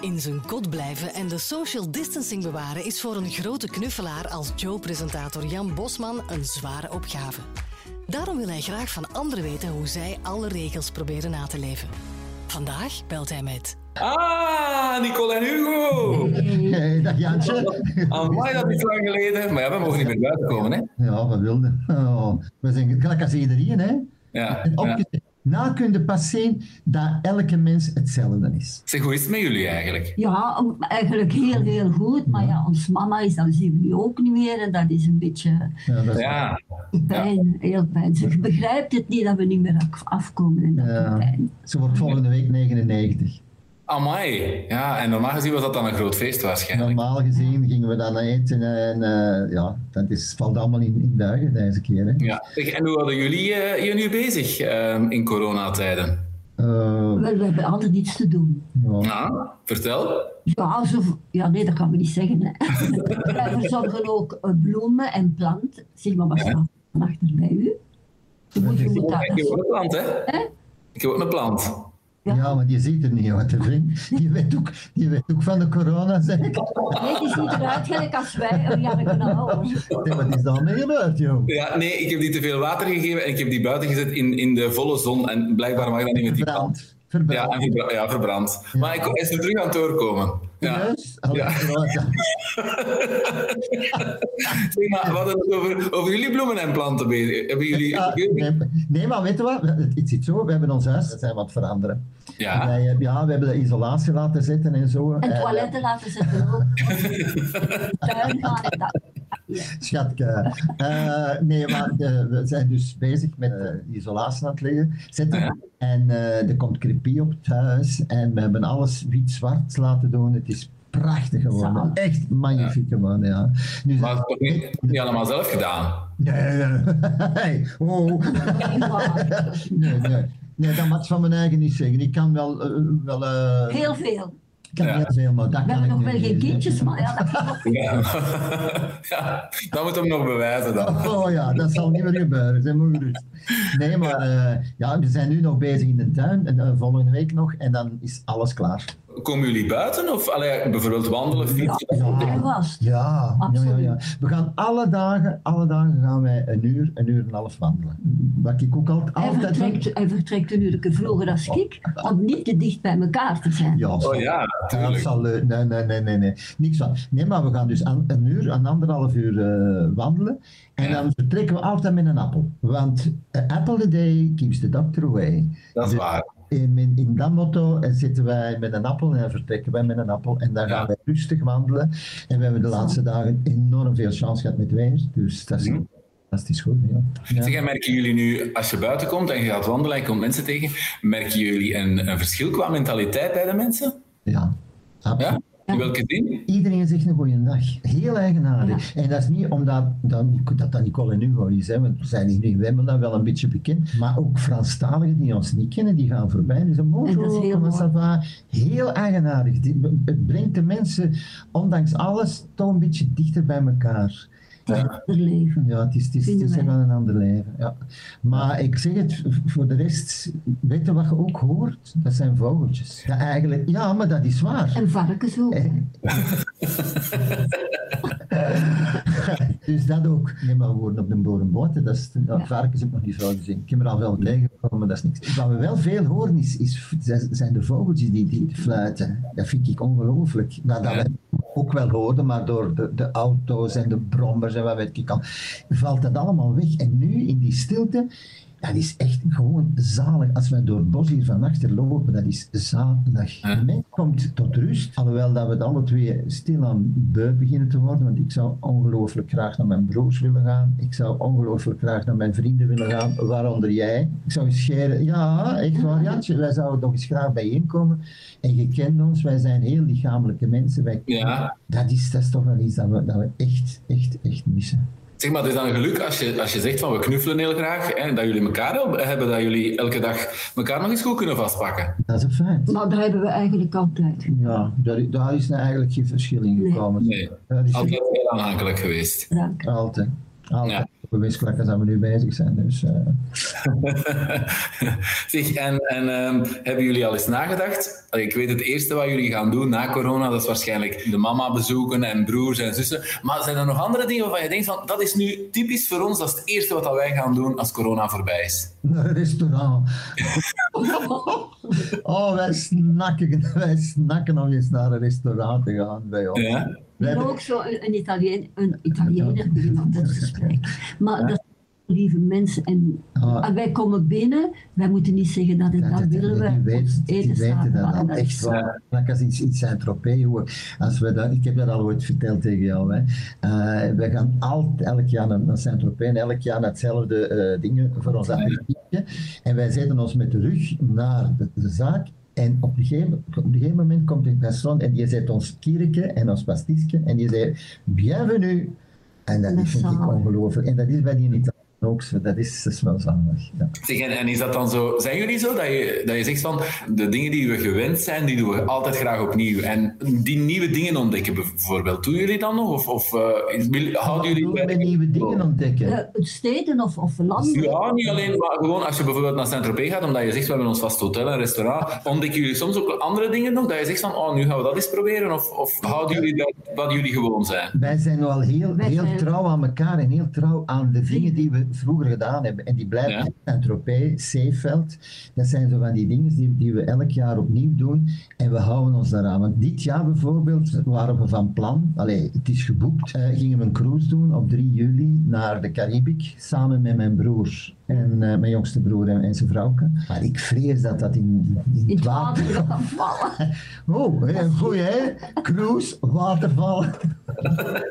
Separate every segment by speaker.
Speaker 1: In zijn kot blijven en de social distancing bewaren is voor een grote knuffelaar als Joe-presentator Jan Bosman een zware opgave. Daarom wil hij graag van anderen weten hoe zij alle regels proberen na te leven. Vandaag belt hij met.
Speaker 2: Ah, Nicole en Hugo!
Speaker 3: Hey, dag Jantje.
Speaker 2: Amai, dat is lang geleden. Maar ja, we mogen niet meer buiten komen, hè?
Speaker 3: Ja, wat wilde. Oh, we zijn gelijk als iedereen, hè.
Speaker 2: Ja.
Speaker 3: En
Speaker 2: ja.
Speaker 3: opge- Na kun je pas zien dat elke mens hetzelfde is.
Speaker 2: Zeg, hoe is het met jullie eigenlijk?
Speaker 4: Ja, eigenlijk heel, heel goed. Maar ja, ons mama is dan zien we nu ook niet meer. En dat is een beetje
Speaker 3: Ja, dat is-
Speaker 2: Ja,
Speaker 4: pijn, heel pijn. Ze begrijpt het niet dat we niet meer af- afkomen. En dat doet
Speaker 3: Ja.
Speaker 4: pijn.
Speaker 3: Ze wordt volgende week 99.
Speaker 2: amai. Ja, en normaal gezien was dat dan een groot feest waarschijnlijk.
Speaker 3: Normaal gezien gingen we dan eten en eh, ja, dat is, valt allemaal in, in duigen deze keer. Hè.
Speaker 2: Ja. Zeg, en hoe hadden jullie eh, je nu bezig ehm, in coronatijden?
Speaker 3: Eh,
Speaker 4: Wel, we hebben altijd iets te doen.
Speaker 3: ja.
Speaker 2: Nou, vertel.
Speaker 4: Ja, zo, ja nee, dat kan we niet zeggen. Hè. Wij verzorgen ook eh, bloemen en planten. Zeg maar, wat staat van achter bij u? Je moet, je moet
Speaker 2: Ik heb
Speaker 4: dat,
Speaker 2: ook een plant, hè?
Speaker 4: Hè?
Speaker 2: Ik heb ook een plant.
Speaker 3: ja, maar die ziet er niet uit, hè, vriend. Die weet ook, die weet ook van de corona, zeg ik.
Speaker 4: nee, het is niet eruit gelijk als wij een jaar kunnen houden.
Speaker 3: Zeg, Wat is dan mee gebeurd, joh?
Speaker 2: Ja, nee, ik heb die te veel water gegeven en ik heb die buiten gezet in, in de volle zon. En blijkbaar mag dat niet met die plant.
Speaker 3: Verbrand. Verbrand.
Speaker 2: Ja, en verbra- ja, verbrand. Maar ik, hij is er terug aan het doorkomen. Ja.
Speaker 3: Serieus? Allee,
Speaker 2: Ja.
Speaker 3: corona.
Speaker 2: Zeg maar, we hadden het over, over jullie bloemen en planten bezig. Hebben jullie...
Speaker 3: Ja, Ah, nee, nee, maar weet je wat? Het het zit zo. We hebben ons huis, dat zijn wat veranderen. En
Speaker 2: Ja,
Speaker 3: wij, eh, ja, we hebben de isolatie laten zitten en zo.
Speaker 4: En
Speaker 3: eh,
Speaker 4: toiletten laten zetten ook. Tuin maken, dat- ja.
Speaker 3: Schatke. Eh, nee, maar eh, we zijn dus bezig met eh, isolatie aan het liggen, zetten.
Speaker 2: Ja.
Speaker 3: En eh, er komt crepie op het huis. En we hebben alles wit-zwart laten doen. Het is prachtig geworden.
Speaker 4: Zalig.
Speaker 3: Echt magnifiek geworden, ja. Nu
Speaker 2: maar
Speaker 3: zijn
Speaker 2: het is toch niet, niet allemaal zelf gedaan.
Speaker 3: Nee, nee. Oh. nee, nee. Nee, dat mag ik van mijn eigen niet zeggen. Ik kan wel... eh, wel eh,
Speaker 4: Heel veel.
Speaker 3: ik kan
Speaker 2: Ja.
Speaker 3: heel veel, maar dat
Speaker 4: We
Speaker 3: kan ik
Speaker 4: hebben nog
Speaker 3: niet
Speaker 4: wel geen
Speaker 3: zeggen.
Speaker 4: kindjes, maar ja, dat kan ook.
Speaker 2: Ja. ja, dat moet hem nog bewijzen dan.
Speaker 3: Oh ja, dat zal niet meer gebeuren, zijn maar gerust. Nee, maar eh, ja, we zijn nu nog bezig in de tuin, en eh, volgende week nog, en dan is alles klaar.
Speaker 2: Komen jullie buiten of allee, bijvoorbeeld wandelen, fietsen?
Speaker 4: En was.
Speaker 3: Ja, ja, ja,
Speaker 4: Absoluut.
Speaker 3: ja. We gaan alle dagen, alle dagen gaan wij een uur, een uur en een half wandelen. Wat ik ook altijd...
Speaker 4: Hij
Speaker 3: altijd
Speaker 4: vertrekt, hij vertrekt een uurtje vroeger dan ik, om niet te dicht bij elkaar te zijn.
Speaker 3: Ja,
Speaker 2: Oh ja, natuurlijk.
Speaker 3: Absoluut. Nee, nee, nee, nee, nee. Niks van. Nee, maar we gaan dus aan, een uur, een anderhalf uur eh, wandelen. En
Speaker 2: Ja.
Speaker 3: dan vertrekken we altijd met een appel. Want eh, apple a day keeps the doctor away.
Speaker 2: Dat is
Speaker 3: Dus
Speaker 2: waar.
Speaker 3: In, in, in dat motto eh, zitten wij met een appel en dan vertrekken wij met een appel. En dan
Speaker 2: Ja.
Speaker 3: gaan wij rustig wandelen. En we hebben de laatste dagen enorm veel chance gehad met weer. Dus dat is,
Speaker 2: Mhm.
Speaker 3: dat is goed. Ja. Ja.
Speaker 2: Zeg, en merken jullie nu, als je buiten komt en je gaat wandelen en je komt mensen tegen, merken jullie een, een verschil qua mentaliteit bij de mensen?
Speaker 3: Ja, absoluut.
Speaker 2: Ja? In welke zin?
Speaker 3: Iedereen zegt een goeie dag. Heel eigenaardig. En dat is niet omdat dat, dat, dat Nicole en Hugo is, hè, want we zijn hier in Wembley wel een beetje bekend. Maar ook Franstaligen die ons niet kennen, die gaan voorbij. Dus een
Speaker 4: En dat is heel mooi.
Speaker 3: heel, heel eigenaardig. Die- Het brengt de mensen, ondanks alles, toch een beetje dichter bij elkaar.
Speaker 4: Het leven.
Speaker 3: Ja, het is, het is, het is
Speaker 4: Vinden wij.
Speaker 3: wel een ander leven. Ja. Maar ik zeg het, v- voor de rest, weet je wat je ook hoort? Dat zijn vogeltjes. Ja, eigenlijk, ja maar dat is waar.
Speaker 4: En varkens ook.
Speaker 3: Eh.
Speaker 4: hè.
Speaker 3: dus dat ook. Nee, maar we worden op de boerenboten. Dat is, ja. Varkens heb ik nog niet zo gezien. Ik heb er al wel tegengekomen, maar dat is niks. Wat we wel veel horen is, is, zijn de vogeltjes die, die fluiten. Dat vind ik ongelooflijk. Nou, Dat,
Speaker 2: Ja.
Speaker 3: dat we ook wel hoorden, maar door de, de auto's en de brommers en wat weet ik al, valt dat allemaal weg. En nu in die stilte. Dat is echt gewoon zalig. Als wij door het bos hier van achter lopen, dat is zalig.
Speaker 2: Ja.
Speaker 3: De mens komt tot rust, alhoewel dat we het alle twee stilaan beu beginnen te worden. Want ik zou ongelooflijk graag naar mijn broers willen gaan. Ik zou ongelooflijk graag naar mijn vrienden willen gaan, waaronder jij. Ik zou eens scheren, ja, echt waar, Jantje. Wij zouden nog eens graag bijeenkomen. En je kent ons, wij zijn heel lichamelijke mensen. Wij,
Speaker 2: Ja.
Speaker 3: dat, is, dat is toch wel iets dat we, dat we echt, echt, echt missen.
Speaker 2: Zeg maar, het is dan een geluk als je, als je zegt van we knuffelen heel graag en dat jullie elkaar wel hebben, dat jullie elke dag elkaar nog eens goed kunnen vastpakken.
Speaker 3: Dat is een feit.
Speaker 4: Maar dat hebben we eigenlijk altijd.
Speaker 3: Ja, daar, daar is nou eigenlijk geen verschil in
Speaker 4: Nee.
Speaker 3: gekomen.
Speaker 2: Nee,
Speaker 3: Ja, dus
Speaker 2: altijd heel aanhankelijk geweest.
Speaker 4: Dank.
Speaker 3: Altijd. Altijd.
Speaker 2: Ja.
Speaker 3: Bewijsklakken zijn we nu bezig zijn. Dus, eh,
Speaker 2: zeg, en, en ehm, hebben jullie al eens nagedacht? Allee, Ik weet het eerste wat jullie gaan doen na corona, dat is waarschijnlijk de mama bezoeken en broers en zussen. Maar zijn er nog andere dingen waarvan je denkt van, dat is nu typisch voor ons, dat is het eerste wat dat wij gaan doen als corona voorbij is?
Speaker 3: naar een restaurant. oh, wij snakken, wij snakken om eens naar een restaurant te gaan bij ons.
Speaker 2: Ja?
Speaker 3: Wij
Speaker 4: En
Speaker 3: hebben-
Speaker 4: ook zo een, een Italien, een Italiener die iemand dat gesprek. Maar dat zijn lieve mensen. En,
Speaker 3: Ah.
Speaker 4: en wij komen binnen, wij moeten niet zeggen dat en
Speaker 3: Ja,
Speaker 4: dat
Speaker 3: dat-
Speaker 4: willen
Speaker 3: die
Speaker 4: we.
Speaker 3: weet-
Speaker 4: Ons
Speaker 3: die
Speaker 4: eten
Speaker 3: weten
Speaker 4: staat
Speaker 3: dat
Speaker 4: klaar.
Speaker 3: al,
Speaker 4: Dat
Speaker 3: echt
Speaker 4: is-
Speaker 3: waar. Dat is iets in Saint-Tropez. hoe- Als we dat, ik heb dat al ooit verteld tegen jou. Hè. Eh, we gaan altijd elk jaar naar naar Saint-Tropez en elk jaar naar hetzelfde eh dingen voor ons aperitiefje. En wij zetten ons met de rug naar de, de zaak. En op een, gegeven, op een gegeven moment komt een persoon en die zet ons kierke en ons pastisje en die zei, bienvenue. En dat,
Speaker 4: Dat
Speaker 3: vind ik
Speaker 4: zalig.
Speaker 3: ongelooflijk. En dat is bij die Italiaan ook zo. Dat is, dat is wel zalig. Ja.
Speaker 2: Zeg, en, en is dat dan zo, zijn jullie zo dat je, dat je zegt van, de dingen die we gewend zijn, die doen we altijd graag opnieuw. En die nieuwe dingen ontdekken bijvoorbeeld, doen jullie dan nog? Of, of eh, is- wil- houden jullie...
Speaker 3: Doen
Speaker 2: bij- Oh.
Speaker 3: we nieuwe dingen ontdekken.
Speaker 4: eh, steden of, of landen.
Speaker 2: Ja, niet alleen, maar gewoon als je bijvoorbeeld naar Saint-Tropez gaat, omdat je zegt, we hebben ons vast hotel en restaurant, ontdekken jullie soms ook andere dingen nog, dat je zegt van, oh, nu gaan we dat eens proberen, of, of houden jullie dat wat jullie gewoon zijn?
Speaker 3: Wij zijn wel heel,
Speaker 4: Wij
Speaker 3: heel
Speaker 4: zijn-
Speaker 3: trouw aan elkaar en heel trouw aan de dingen die we vroeger gedaan hebben. En die blijven
Speaker 2: Ja.
Speaker 3: Saint-Tropez, Zeeveld. Dat zijn zo van die dingen die, die we elk jaar opnieuw doen. En we houden ons daaraan. Want dit jaar bijvoorbeeld waren we van plan, allee, het is geboekt, eh, gingen we een cruise doen op 3 juli naar de Caribik. Samen met mijn broer en eh, mijn jongste broer en, en zijn vrouwke. Maar ik vrees dat dat in, in
Speaker 4: In
Speaker 3: het
Speaker 4: het
Speaker 3: water...
Speaker 4: water gaan vallen.
Speaker 3: Oh, hè, goeie hè? Cruise, watervallen.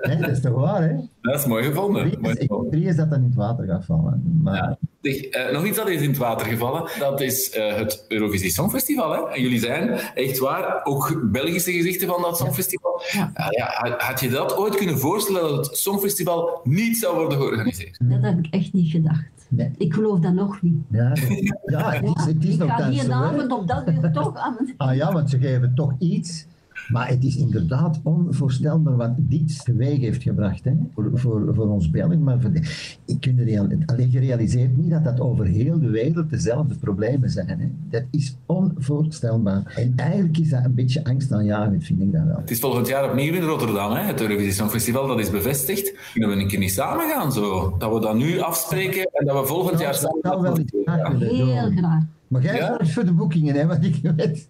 Speaker 3: Hè, dat is toch waar hè?
Speaker 2: Dat is mooi gevonden. Mooi
Speaker 3: Vrees, ik
Speaker 2: gevonden.
Speaker 3: vrees dat dat in het water gaat vallen. Maar
Speaker 2: Ja. Zeg, eh, nog iets dat is in het water gevallen, dat is eh, het Eurovisie Songfestival. Hè? En jullie zijn, echt waar, ook Belgische gezichten van dat Songfestival. Ja. ja, had je dat ooit kunnen voorstellen, dat het Songfestival niet zou worden georganiseerd?
Speaker 4: Dat heb ik echt niet gedacht.
Speaker 3: nee.
Speaker 4: Ik geloof dat nog niet.
Speaker 3: ja, dat- ja, het is, het is
Speaker 4: ik
Speaker 3: nog
Speaker 4: ga
Speaker 3: thuis
Speaker 4: die
Speaker 3: zo, hè.
Speaker 4: avond op dat uur toch aan het
Speaker 3: Ah ja, want ze geven toch iets. Maar het is inderdaad onvoorstelbaar wat dit teweeg heeft gebracht hè? Voor, voor, voor ons België. Maar voor de, ik kun real, alleen je realiseert niet dat dat over heel de wereld dezelfde problemen zijn. Hè? Dat is onvoorstelbaar. En eigenlijk is dat een beetje angstaanjagend, vind ik dat wel.
Speaker 2: Het is volgend jaar opnieuw in Rotterdam, hè? het Eurovisie Songfestival, dat is bevestigd. Kunnen we een keer niet samen gaan zo? Dat we dat nu afspreken en dat we volgend jaar
Speaker 3: dat
Speaker 2: samen...
Speaker 3: zou wel iets graag kunnen
Speaker 4: heel
Speaker 3: doen.
Speaker 4: graag.
Speaker 3: Maar jij
Speaker 2: Ja?
Speaker 3: zorgt voor de boekingen, hè, want ik weet.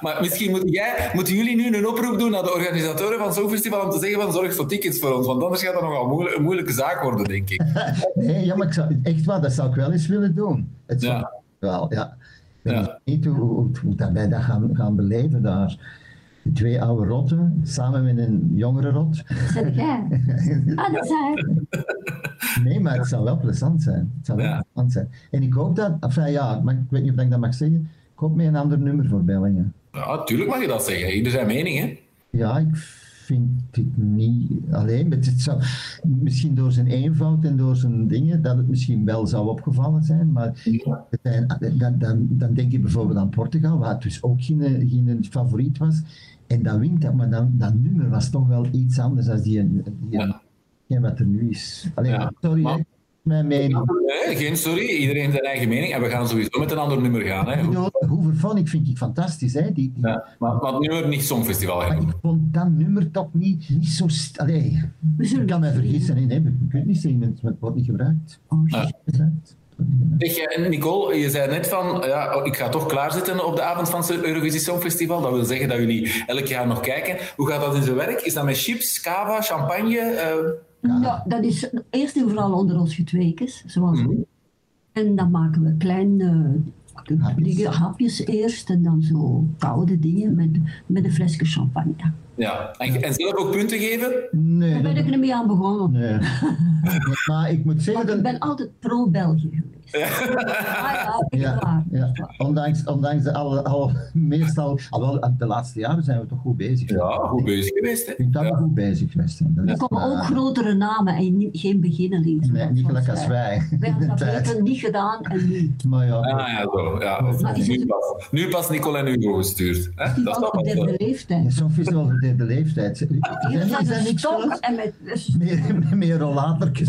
Speaker 2: Maar misschien moet jij, moeten jullie nu een oproep doen naar de organisatoren van het Songfestival om te zeggen van zorg voor tickets voor ons, want anders gaat dat nogal moeilijk- een moeilijke zaak worden, denk ik.
Speaker 3: Nee, ja, maar ik zou, echt waar, dat zou ik wel eens willen doen. Het zou-
Speaker 2: Ja.
Speaker 3: wel, ja. Ik
Speaker 2: Ja.
Speaker 3: weet niet hoe, hoe, hoe dat wij dat gaan, gaan beleven daar. Twee oude rotten, samen met een jongere rot.
Speaker 4: Zeg jij? Ah, dat is hij.
Speaker 3: Nee, maar het zou wel plezant zijn. Het zou wel
Speaker 2: Ja.
Speaker 3: plezant zijn. En ik hoop dat, enfin ja, maar ik weet niet of ik dat mag zeggen, ik hoop met een ander nummer voor Bellingen.
Speaker 2: Ja, tuurlijk mag je dat zeggen. Ieder zijn mening, hè?
Speaker 3: Ja, ik vind het niet alleen. maar Het zou, misschien door zijn eenvoud en door zijn dingen, dat het misschien wel zou opgevallen zijn. Maar het zijn, dan, dan, dan denk je bijvoorbeeld aan Portugal, waar het dus ook geen, geen favoriet was. En dan wint dat, maar dan, dat nummer was toch wel iets anders dan die, die
Speaker 2: Ja.
Speaker 3: ja, wat er nu is. Alleen,
Speaker 2: Ja,
Speaker 3: sorry,
Speaker 2: maar-
Speaker 3: hè, mijn mening.
Speaker 2: Nee, geen sorry. Iedereen heeft zijn eigen mening en we gaan sowieso met een ander nummer gaan.
Speaker 3: Ik
Speaker 2: Hè?
Speaker 3: bedoel, Hoeverphonic vind ik fantastisch. Hè? Die, die-
Speaker 2: Ja, maar, maar het nummer niet Songfestival
Speaker 3: Maar
Speaker 2: genoemd.
Speaker 3: ik vond dat nummer toch niet, niet zo... st- Allee,
Speaker 4: We zullen
Speaker 3: Ik kan mij vergissen, hè. nee, ik kunt niet zeggen, het wordt niet gebruikt.
Speaker 4: Oh,
Speaker 2: Ja.
Speaker 4: shit.
Speaker 3: Gebruikt. Wordt niet gebruikt.
Speaker 2: Zeg, eh, Nicole, je zei net van, ja, oh, ik ga toch klaarzitten op de avond van het Eurovisie Songfestival. Dat wil zeggen dat jullie elk jaar nog kijken. Hoe gaat dat in zijn werk? Is dat met chips, cava, champagne? eh?
Speaker 4: Ja, dat is eerst en vooral onder ons getweekers, zoals
Speaker 2: Mhm.
Speaker 4: En dan maken we kleine eh,
Speaker 3: Hapjes.
Speaker 4: dingen, hapjes eerst en dan zo koude dingen met, met een flesje champagne.
Speaker 2: ja. En, en zelf ook punten geven?
Speaker 3: Nee,
Speaker 4: Daar ben
Speaker 3: dat-
Speaker 4: ik ermee aan begonnen.
Speaker 3: nee. Maar ik moet zeggen,
Speaker 4: Want Oh,
Speaker 3: dat,
Speaker 4: ik ben altijd pro-België geweest. Ah ja, echt
Speaker 3: Ja,
Speaker 4: waar.
Speaker 3: ja. Ondanks, ondanks de alle, alle, meestal, al wel, eh, de laatste jaren zijn we toch goed bezig.
Speaker 2: Ja, goed bezig geweest. Hè.
Speaker 3: Ik denk dat we
Speaker 2: Ja.
Speaker 3: goed bezig geweest zijn. Dat
Speaker 4: Er
Speaker 3: is,
Speaker 4: komen
Speaker 3: eh,
Speaker 4: ook grotere namen en niet- geen beginnelingen.
Speaker 3: Nee,
Speaker 4: zoals
Speaker 3: niet gelijk
Speaker 4: wij.
Speaker 3: als wij.
Speaker 4: Wij hebben
Speaker 3: De
Speaker 4: dat
Speaker 3: tijd.
Speaker 4: beter niet gedaan en nu.
Speaker 3: Maar ja,
Speaker 2: Ah ja, zo. Ja. Of-
Speaker 4: Maar is
Speaker 2: Nu,
Speaker 4: het-
Speaker 2: pas, nu pas Nicole en Hugo gestuurd. Hè?
Speaker 4: Die
Speaker 2: Dat is
Speaker 4: was
Speaker 2: toch
Speaker 4: op
Speaker 2: wel zo.
Speaker 4: derde leeftijd.
Speaker 3: soms is het wel de derde leeftijd.
Speaker 4: Ah, Hier
Speaker 3: Zijn
Speaker 4: zat
Speaker 3: zijn
Speaker 4: een
Speaker 3: niks
Speaker 4: stok
Speaker 3: gelukt?
Speaker 4: en met...
Speaker 3: meer, meer rollatertjes.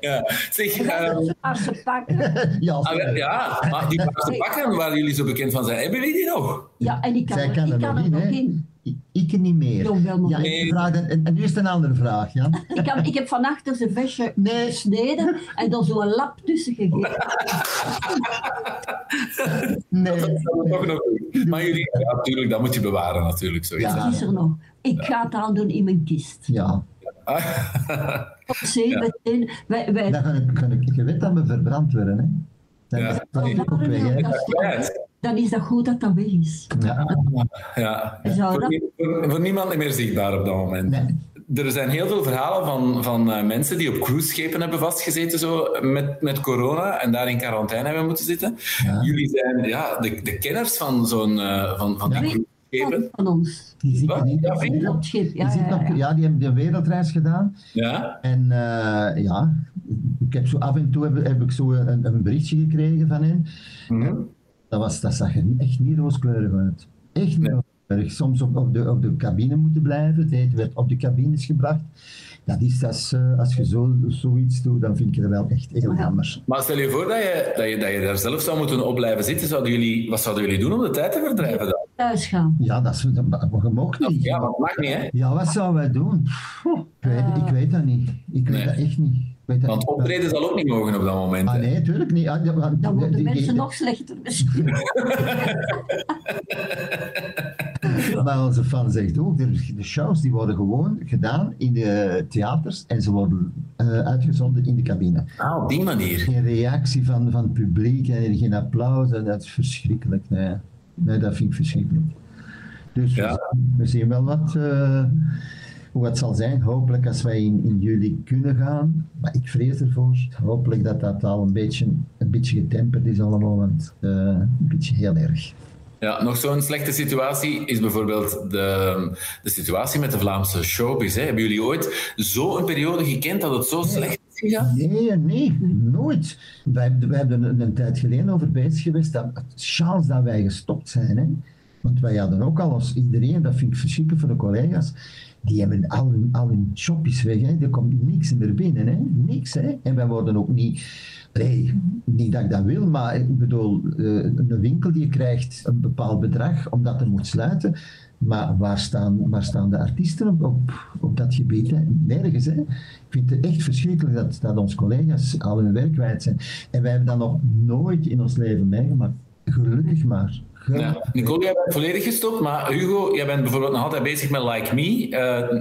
Speaker 2: Ja. Zeg, ehm,
Speaker 4: met paarse pakken.
Speaker 3: ja, als-
Speaker 2: ah, wel, ja, maar die paarse pakken waar jullie zo bekend van zijn, hebben jullie die nog?
Speaker 4: Ja, en ik kan,
Speaker 3: Zij
Speaker 4: er-
Speaker 3: kan
Speaker 4: ik
Speaker 3: er
Speaker 4: kan
Speaker 3: nog
Speaker 4: er
Speaker 3: in,
Speaker 4: nog
Speaker 3: hè?
Speaker 4: in.
Speaker 3: Ik, ik niet meer.
Speaker 4: Jong wel, maar
Speaker 3: Ja,
Speaker 4: niet.
Speaker 3: ik vraag een- en, en nu is het een andere vraag, Jan.
Speaker 4: Ik, kan, ik heb van achter zijn vestje
Speaker 3: Nee.
Speaker 4: gesneden en dan zo'n lap tussen gegeven.
Speaker 3: Nee.
Speaker 2: Dat is dan toch nog goed. Maar jullie, ja, natuurlijk, dat moet je bewaren natuurlijk. Zoiets.
Speaker 3: Ja.
Speaker 4: Dat is er nog. Ik ga het aan doen in mijn kist.
Speaker 3: Ja,
Speaker 2: Ah,
Speaker 4: Op zee meteen. Wij, wij,
Speaker 3: dan kan ik, kan ik, je weet dat we verbrand worden. Hè? Dan
Speaker 2: Ja.
Speaker 3: is dat ook
Speaker 4: Ja,
Speaker 3: weg. Hè?
Speaker 4: dat is toch- dan is dat goed dat dat weg is.
Speaker 3: Ja.
Speaker 2: ja.
Speaker 4: Zou
Speaker 2: Voor,
Speaker 4: dat-
Speaker 2: nie- voor- voor niemand meer zichtbaar op dat moment.
Speaker 3: Nee.
Speaker 2: Er zijn heel veel verhalen van, van eh, mensen die op cruiseschepen hebben vastgezeten zo, met, met corona en daar in quarantaine hebben moeten zitten.
Speaker 3: Ja.
Speaker 2: Jullie zijn ja, de, de kenners van, zo'n, eh, van, van die
Speaker 4: Ja.
Speaker 2: cruiseschepen.
Speaker 4: Van ons.
Speaker 3: Die zit
Speaker 2: Wat?
Speaker 3: in
Speaker 2: Ja,
Speaker 3: die
Speaker 2: vind
Speaker 4: Op
Speaker 3: wereld-
Speaker 4: het schip.
Speaker 3: die
Speaker 4: Ja,
Speaker 3: zit
Speaker 4: ja,
Speaker 3: nog-
Speaker 4: ja.
Speaker 3: Ja, die hebben de wereldreis gedaan.
Speaker 2: Ja?
Speaker 3: En eh, ja, ik heb zo af en toe heb, heb ik zo een, een berichtje gekregen van hen.
Speaker 2: Mhm.
Speaker 3: Dat, was, dat zag er echt niet rooskleurig uit. Echt niet
Speaker 2: Nee.
Speaker 3: rooskleurig. Soms op, op, de, op de cabine moeten blijven. Het eten werd op de cabines gebracht. Dat is als, eh, als je zo, zoiets doet, dan vind ik het wel echt heel
Speaker 4: Ja.
Speaker 3: jammer.
Speaker 2: Maar stel je voor dat je, dat, je, dat je daar zelf zou moeten op blijven zitten. Zouden jullie, wat zouden jullie doen om de tijd te verdrijven? Dan?
Speaker 4: Thuis gaan.
Speaker 3: Ja, dat is dat, je mag niet.
Speaker 2: Ja, maar dat maakt niet, hè?
Speaker 3: Ja, wat zouden wij doen? Pff, Ik
Speaker 4: Ah.
Speaker 3: weet, ik weet dat niet. Ik weet
Speaker 2: Nee.
Speaker 3: dat echt niet. Ik weet dat
Speaker 2: Want
Speaker 3: niet.
Speaker 2: optreden zal ook niet mogen op dat moment.
Speaker 3: Ah
Speaker 2: hè.
Speaker 3: nee, tuurlijk niet. Ah, ja, maar-
Speaker 4: Dan worden
Speaker 3: die- die-
Speaker 4: mensen nog slechter misschien.
Speaker 3: Maar onze fan zegt ook, de, de shows die worden gewoon gedaan in de theaters en ze worden eh, uitgezonden in de cabine.
Speaker 2: Ah, op die manier.
Speaker 3: Geen reactie van, van het publiek en geen applaus, en dat is verschrikkelijk. Nee. nee, dat vind ik verschrikkelijk. Dus we
Speaker 2: Ja.
Speaker 3: zien- we zien wel wat, eh, hoe het zal zijn. Hopelijk als wij in, in juli kunnen gaan, maar ik vrees ervoor. Hopelijk dat dat al een beetje, een beetje getemperd is allemaal, want eh, een beetje heel erg.
Speaker 2: Ja, nog zo'n slechte situatie is bijvoorbeeld de, de situatie met de Vlaamse showbiz. Hè. Hebben jullie ooit zo'n periode gekend dat het zo slecht is gegaan?
Speaker 3: Nee, nee, nooit. Wij, wij hebben een, een tijd geleden over bezig geweest. Dat, chance dat wij gestopt zijn. Hè? Want wij hadden ook al als iedereen, dat vind ik verschrikkelijk voor de collega's, die hebben al hun, al hun shoppies weg. Hè? Er komt niks meer binnen. Hè? Niks. Hè? En wij worden ook niet. Nee, niet dat ik dat wil, maar ik bedoel, eh, een winkel die krijgt een bepaald bedrag omdat er moet sluiten. Maar waar staan, waar staan de artiesten op, op, op dat gebied? Hè? Nergens. Hè? Ik vind het echt verschrikkelijk dat, dat onze collega's al hun werk kwijt zijn. En wij hebben dat nog nooit in ons leven meegemaakt. Gelukkig maar. Gelukkig.
Speaker 2: Ja. Nicole, jij bent volledig gestopt, maar Hugo, jij bent bijvoorbeeld nog altijd bezig met Like Me. Eh,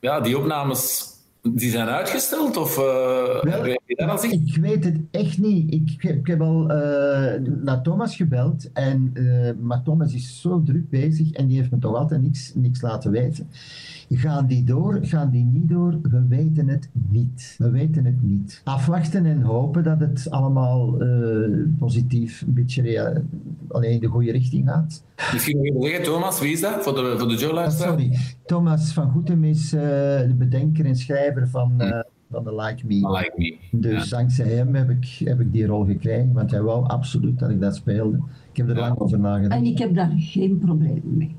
Speaker 2: ja, die opnames die zijn uitgesteld of eh heb je daar al zicht?
Speaker 3: Ik weet het echt niet. Ik, heb- ik heb al eh, naar Thomas gebeld, en, eh, maar Thomas is zo druk bezig en die heeft me toch altijd niks, niks laten weten. Gaan die door, gaan die niet door? We weten het niet. We weten het niet. Afwachten en hopen dat het allemaal eh, positief, een beetje rea- alleen in de goede richting gaat.
Speaker 2: Misschien nog even zeggen, Thomas, wie is dat voor de, voor de
Speaker 3: Ah,
Speaker 2: Joe-luisteraar?
Speaker 3: sorry, Thomas van Goetem is eh, de bedenker en schrijver van, eh, van de Like Me.
Speaker 2: Like Me.
Speaker 3: Dus dankzij hem heb ik, heb ik die rol gekregen, want hij wou absoluut dat ik dat speelde. Ik heb er
Speaker 2: Ja.
Speaker 3: lang over nagedacht.
Speaker 4: En ik heb daar geen probleem mee.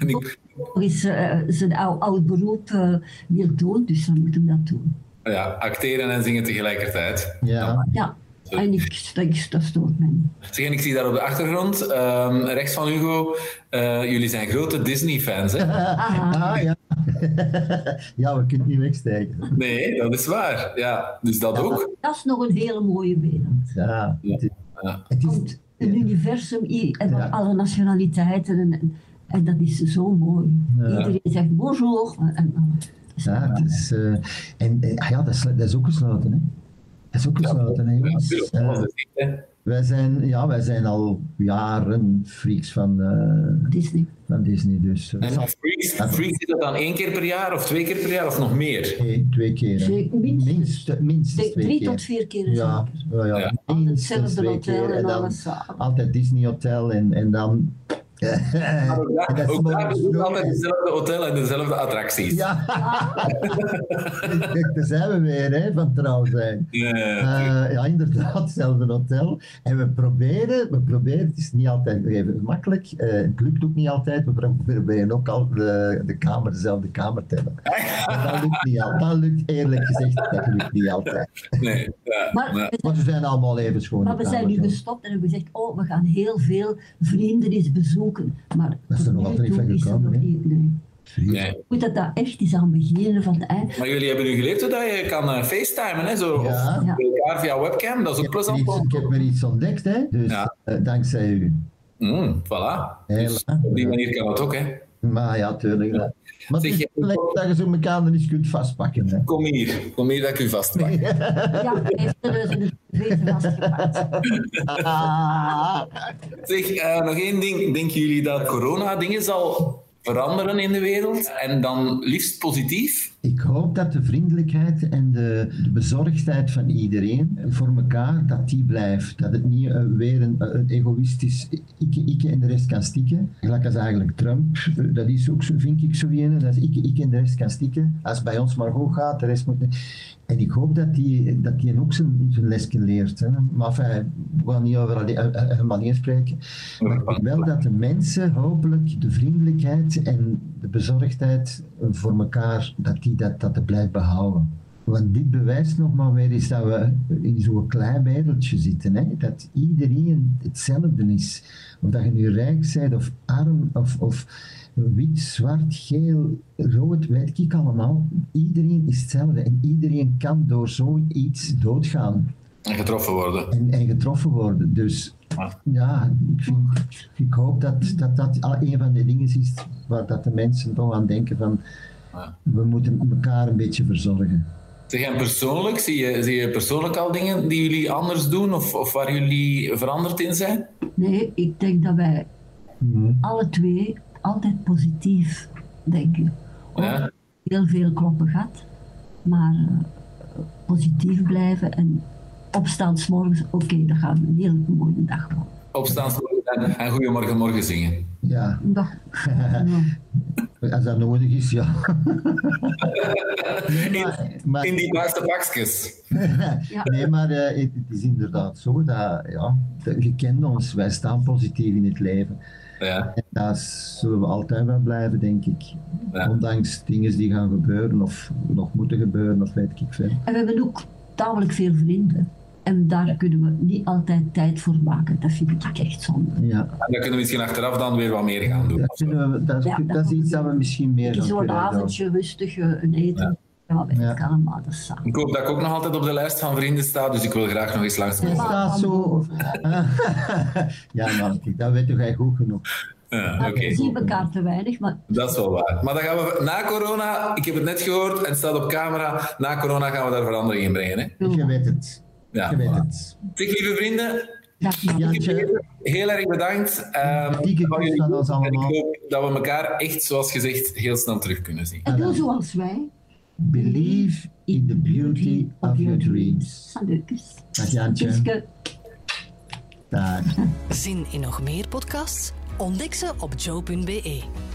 Speaker 2: En ik-
Speaker 4: Nog eens eh, zijn oud, oud beroep eh, wil doen, dus dan moet hij dat doen.
Speaker 2: ja, acteren en zingen tegelijkertijd.
Speaker 3: Ja,
Speaker 4: Ja, en ik, dat, dat stoort mij niet.
Speaker 2: Zeg, en ik zie daar op de achtergrond, ehm, rechts van Hugo, eh, jullie zijn grote Disney-fans, hè?
Speaker 4: Aha.
Speaker 3: ah, ja. ja we kunnen het niet wegsteken.
Speaker 2: Nee, dat is waar. Ja, dus dat ook.
Speaker 4: Dat is nog een hele mooie wereld.
Speaker 3: Ja, het is,
Speaker 2: Ja.
Speaker 3: het is,
Speaker 4: Komt een universum i- en van
Speaker 3: Ja.
Speaker 4: alle nationaliteiten en, en, en dat is zo mooi.
Speaker 3: Ja.
Speaker 4: Iedereen zegt bonjour. En, en- dus
Speaker 3: ja, het is eh, en eh, ah ja, dat is, dat is ook gesloten, hè? Dat is ook gesloten, hè,
Speaker 2: Ja,
Speaker 3: jongens.
Speaker 2: natuurlijk. alles
Speaker 3: Eh,
Speaker 2: is dicht, hè.
Speaker 3: Wij zijn, ja, wij zijn al jaren freaks van, eh,
Speaker 4: Disney.
Speaker 3: van Disney, dus eh,
Speaker 2: En freaks, freaks is dat dan één keer per jaar of twee keer per jaar of nog meer?
Speaker 3: twee, twee keer. hè.
Speaker 4: Zeker, minstens.
Speaker 3: Minst, minstens
Speaker 4: Twee-
Speaker 3: twee
Speaker 4: drie
Speaker 3: keer.
Speaker 4: tot vier keer
Speaker 3: Ja,
Speaker 4: zeker.
Speaker 3: ja, ja.
Speaker 2: Ja.
Speaker 4: Dus Altijd
Speaker 3: minstens
Speaker 4: hetzelfde
Speaker 3: twee
Speaker 4: hotel
Speaker 3: keer.
Speaker 4: en
Speaker 3: dan
Speaker 4: alles samen.
Speaker 3: Altijd Disney Hotel en, en dan...
Speaker 2: Maar Ook daar-
Speaker 3: En dat is
Speaker 2: ook daar
Speaker 3: morgens
Speaker 2: bezoek je
Speaker 3: vroeg,
Speaker 2: altijd
Speaker 3: hè.
Speaker 2: hetzelfde hotel en dezelfde attracties.
Speaker 3: Ja,
Speaker 4: Ah.
Speaker 3: kijk, daar zijn we weer, hè, van trouw zijn.
Speaker 2: Ja.
Speaker 3: Eh, ja, inderdaad, hetzelfde hotel. En we proberen, we proberen, het is niet altijd even makkelijk, eh, het lukt ook niet altijd, we pro- proberen ook al de, de kamer, dezelfde kamer te hebben. Maar dat lukt niet altijd, dat lukt eerlijk gezegd, dat lukt niet altijd.
Speaker 2: nee, ja,
Speaker 4: Maar,
Speaker 2: ja.
Speaker 4: we zijn,
Speaker 3: Maar ze zijn allemaal even schoon.
Speaker 4: maar we zijn nu gestopt en hebben gezegd, oh, we gaan heel veel vrienden eens bezoeken. Maar
Speaker 3: Dat is er nog
Speaker 4: tot nu
Speaker 3: altijd niet
Speaker 4: toe
Speaker 3: van
Speaker 4: is er
Speaker 3: gekomen,
Speaker 4: nog
Speaker 3: hè?
Speaker 4: niet, nee.
Speaker 2: Nee.
Speaker 4: Moet dat daar echt eens aan beginnen van het eind.
Speaker 2: Maar jullie hebben nu geleerd hoe dat je kan eh, facetimen, hè? Zo,
Speaker 3: Ja.
Speaker 2: of bij elkaar via webcam, dat is ook
Speaker 3: Ik
Speaker 2: plezant.
Speaker 3: heb, iets, ik heb er iets ontdekt, hè? dus
Speaker 2: Ja.
Speaker 3: eh, dankzij u.
Speaker 2: Mm, voilà. Dus
Speaker 3: Heel, hè?
Speaker 2: op die manier kan dat ook, hè.
Speaker 3: Maar ja, tuurlijk. hè. Maar het
Speaker 2: Zeg,
Speaker 3: is
Speaker 2: je-
Speaker 3: wel leuk dat je zo elkaar er eens kunt vastpakken. Hè.
Speaker 2: Kom hier, kom hier dat ik u vastpak.
Speaker 4: Ja, hij heeft er dus een vreemde vastgepakt.
Speaker 3: Ah.
Speaker 2: Zeg, eh, nog één ding. Denken jullie dat corona dingen zal veranderen in de wereld? En dan liefst positief?
Speaker 3: Ik hoop dat de vriendelijkheid en de, de bezorgdheid van iedereen voor elkaar, dat die blijft. Dat het niet eh, weer een, een egoïstisch ikke, ikke en de rest kan stikken. Gelijk als eigenlijk Trump. Eh, Dat is ook, zo- vind ik, zo ene. Dat is ikke, ikke en de rest kan stikken. Als het bij ons maar goed gaat, de rest moet niet. En ik hoop dat die, dat die ook zijn, zijn lesje leert. Hè. Maar enfin, we gaan niet over alle- eh, eh, helemaal niet spreken. Maar ik denk wel dat de mensen hopelijk de vriendelijkheid en de bezorgdheid voor elkaar, dat die dat, dat, dat blijft behouden. Want dit bewijst nog maar weer is dat we in zo'n klein wereldje zitten. Hè? Dat iedereen hetzelfde is. Of dat je nu rijk bent of arm of, of wit, zwart, geel, rood, weet ik allemaal. Iedereen is hetzelfde en iedereen kan door zoiets doodgaan
Speaker 2: En getroffen worden.
Speaker 3: en, en getroffen worden. Dus
Speaker 2: Ah.
Speaker 3: ja, ik, vind, ik hoop dat, dat dat al een van de dingen is waar dat de mensen toch aan denken van
Speaker 2: Ja.
Speaker 3: we moeten elkaar een beetje verzorgen.
Speaker 2: Zeg, en persoonlijk, zie je, zie je persoonlijk al dingen die jullie anders doen of, of waar jullie veranderd in zijn?
Speaker 4: Nee, ik denk dat wij alle twee altijd positief denken. Ook
Speaker 2: Ja.
Speaker 4: heel veel kloppen gehad, maar eh, positief blijven en opstaan 's morgens. Oké, dan gaan we een heel mooie dag maken.
Speaker 2: Opstaan en, en goeiemorgen morgen zingen.
Speaker 3: Ja,
Speaker 4: Een dag. Ja.
Speaker 3: als dat nodig is, ja. Nee, maar- maar-
Speaker 2: In die buitenste pakjes.
Speaker 4: Ja.
Speaker 3: Nee, maar eh, het, het is inderdaad zo dat, ja, dat- je kent ons, wij staan positief in het leven.
Speaker 2: Ja.
Speaker 3: En daar zullen we altijd wel blijven, denk ik.
Speaker 2: Ja.
Speaker 3: Ondanks dingen die gaan gebeuren of nog moeten gebeuren, of weet ik veel.
Speaker 4: En we hebben ook tamelijk veel vrienden. En daar kunnen we niet altijd tijd voor maken. Dat vind ik echt zonde.
Speaker 3: Ja.
Speaker 2: En dan kunnen we misschien achteraf dan weer wat meer gaan doen.
Speaker 3: Dat, kunnen we, dat, is-
Speaker 4: Ja, dat
Speaker 3: dat is
Speaker 4: moet
Speaker 3: iets
Speaker 4: je
Speaker 3: dat we
Speaker 4: doen.
Speaker 3: misschien meer gaan
Speaker 4: Zo'n
Speaker 3: kunnen
Speaker 4: avondje rustig eh, een eten. Ja, weet
Speaker 3: Ja.
Speaker 4: ik allemaal. Dat is saai.
Speaker 2: Ik hoop dat ik ook nog altijd op de lijst van vrienden sta, dus ik wil graag nog eens langs
Speaker 3: doen. Het
Speaker 2: mogen.
Speaker 3: staat zo. ja, man, kijk, dat weet toch jij goed genoeg.
Speaker 2: Ja,
Speaker 4: Maar
Speaker 2: Oké,
Speaker 4: We zien elkaar te weinig, maar
Speaker 2: dat is wel waar. Maar dan gaan we na corona, ik heb het net gehoord en het staat op camera, na corona gaan we daar verandering in brengen. Hè?
Speaker 3: Je weet het.
Speaker 2: Ja.
Speaker 3: Je weet het.
Speaker 2: Zeg, lieve vrienden,
Speaker 4: dat is
Speaker 3: Jantje,
Speaker 2: heel erg bedankt. Ehm,
Speaker 3: dikke
Speaker 2: van
Speaker 3: kus
Speaker 2: jullie.
Speaker 3: aan ons
Speaker 2: En ik
Speaker 3: allemaal.
Speaker 2: hoop dat we elkaar echt, zoals gezegd, heel snel terug kunnen zien.
Speaker 4: En doe zoals wij.
Speaker 3: Believe in the beauty of your dreams.
Speaker 4: Salut. kus.
Speaker 3: Dag Jantje.
Speaker 4: Kuske.
Speaker 3: Dag.
Speaker 1: Zin in nog meer podcasts? Ontdek ze op joe.be.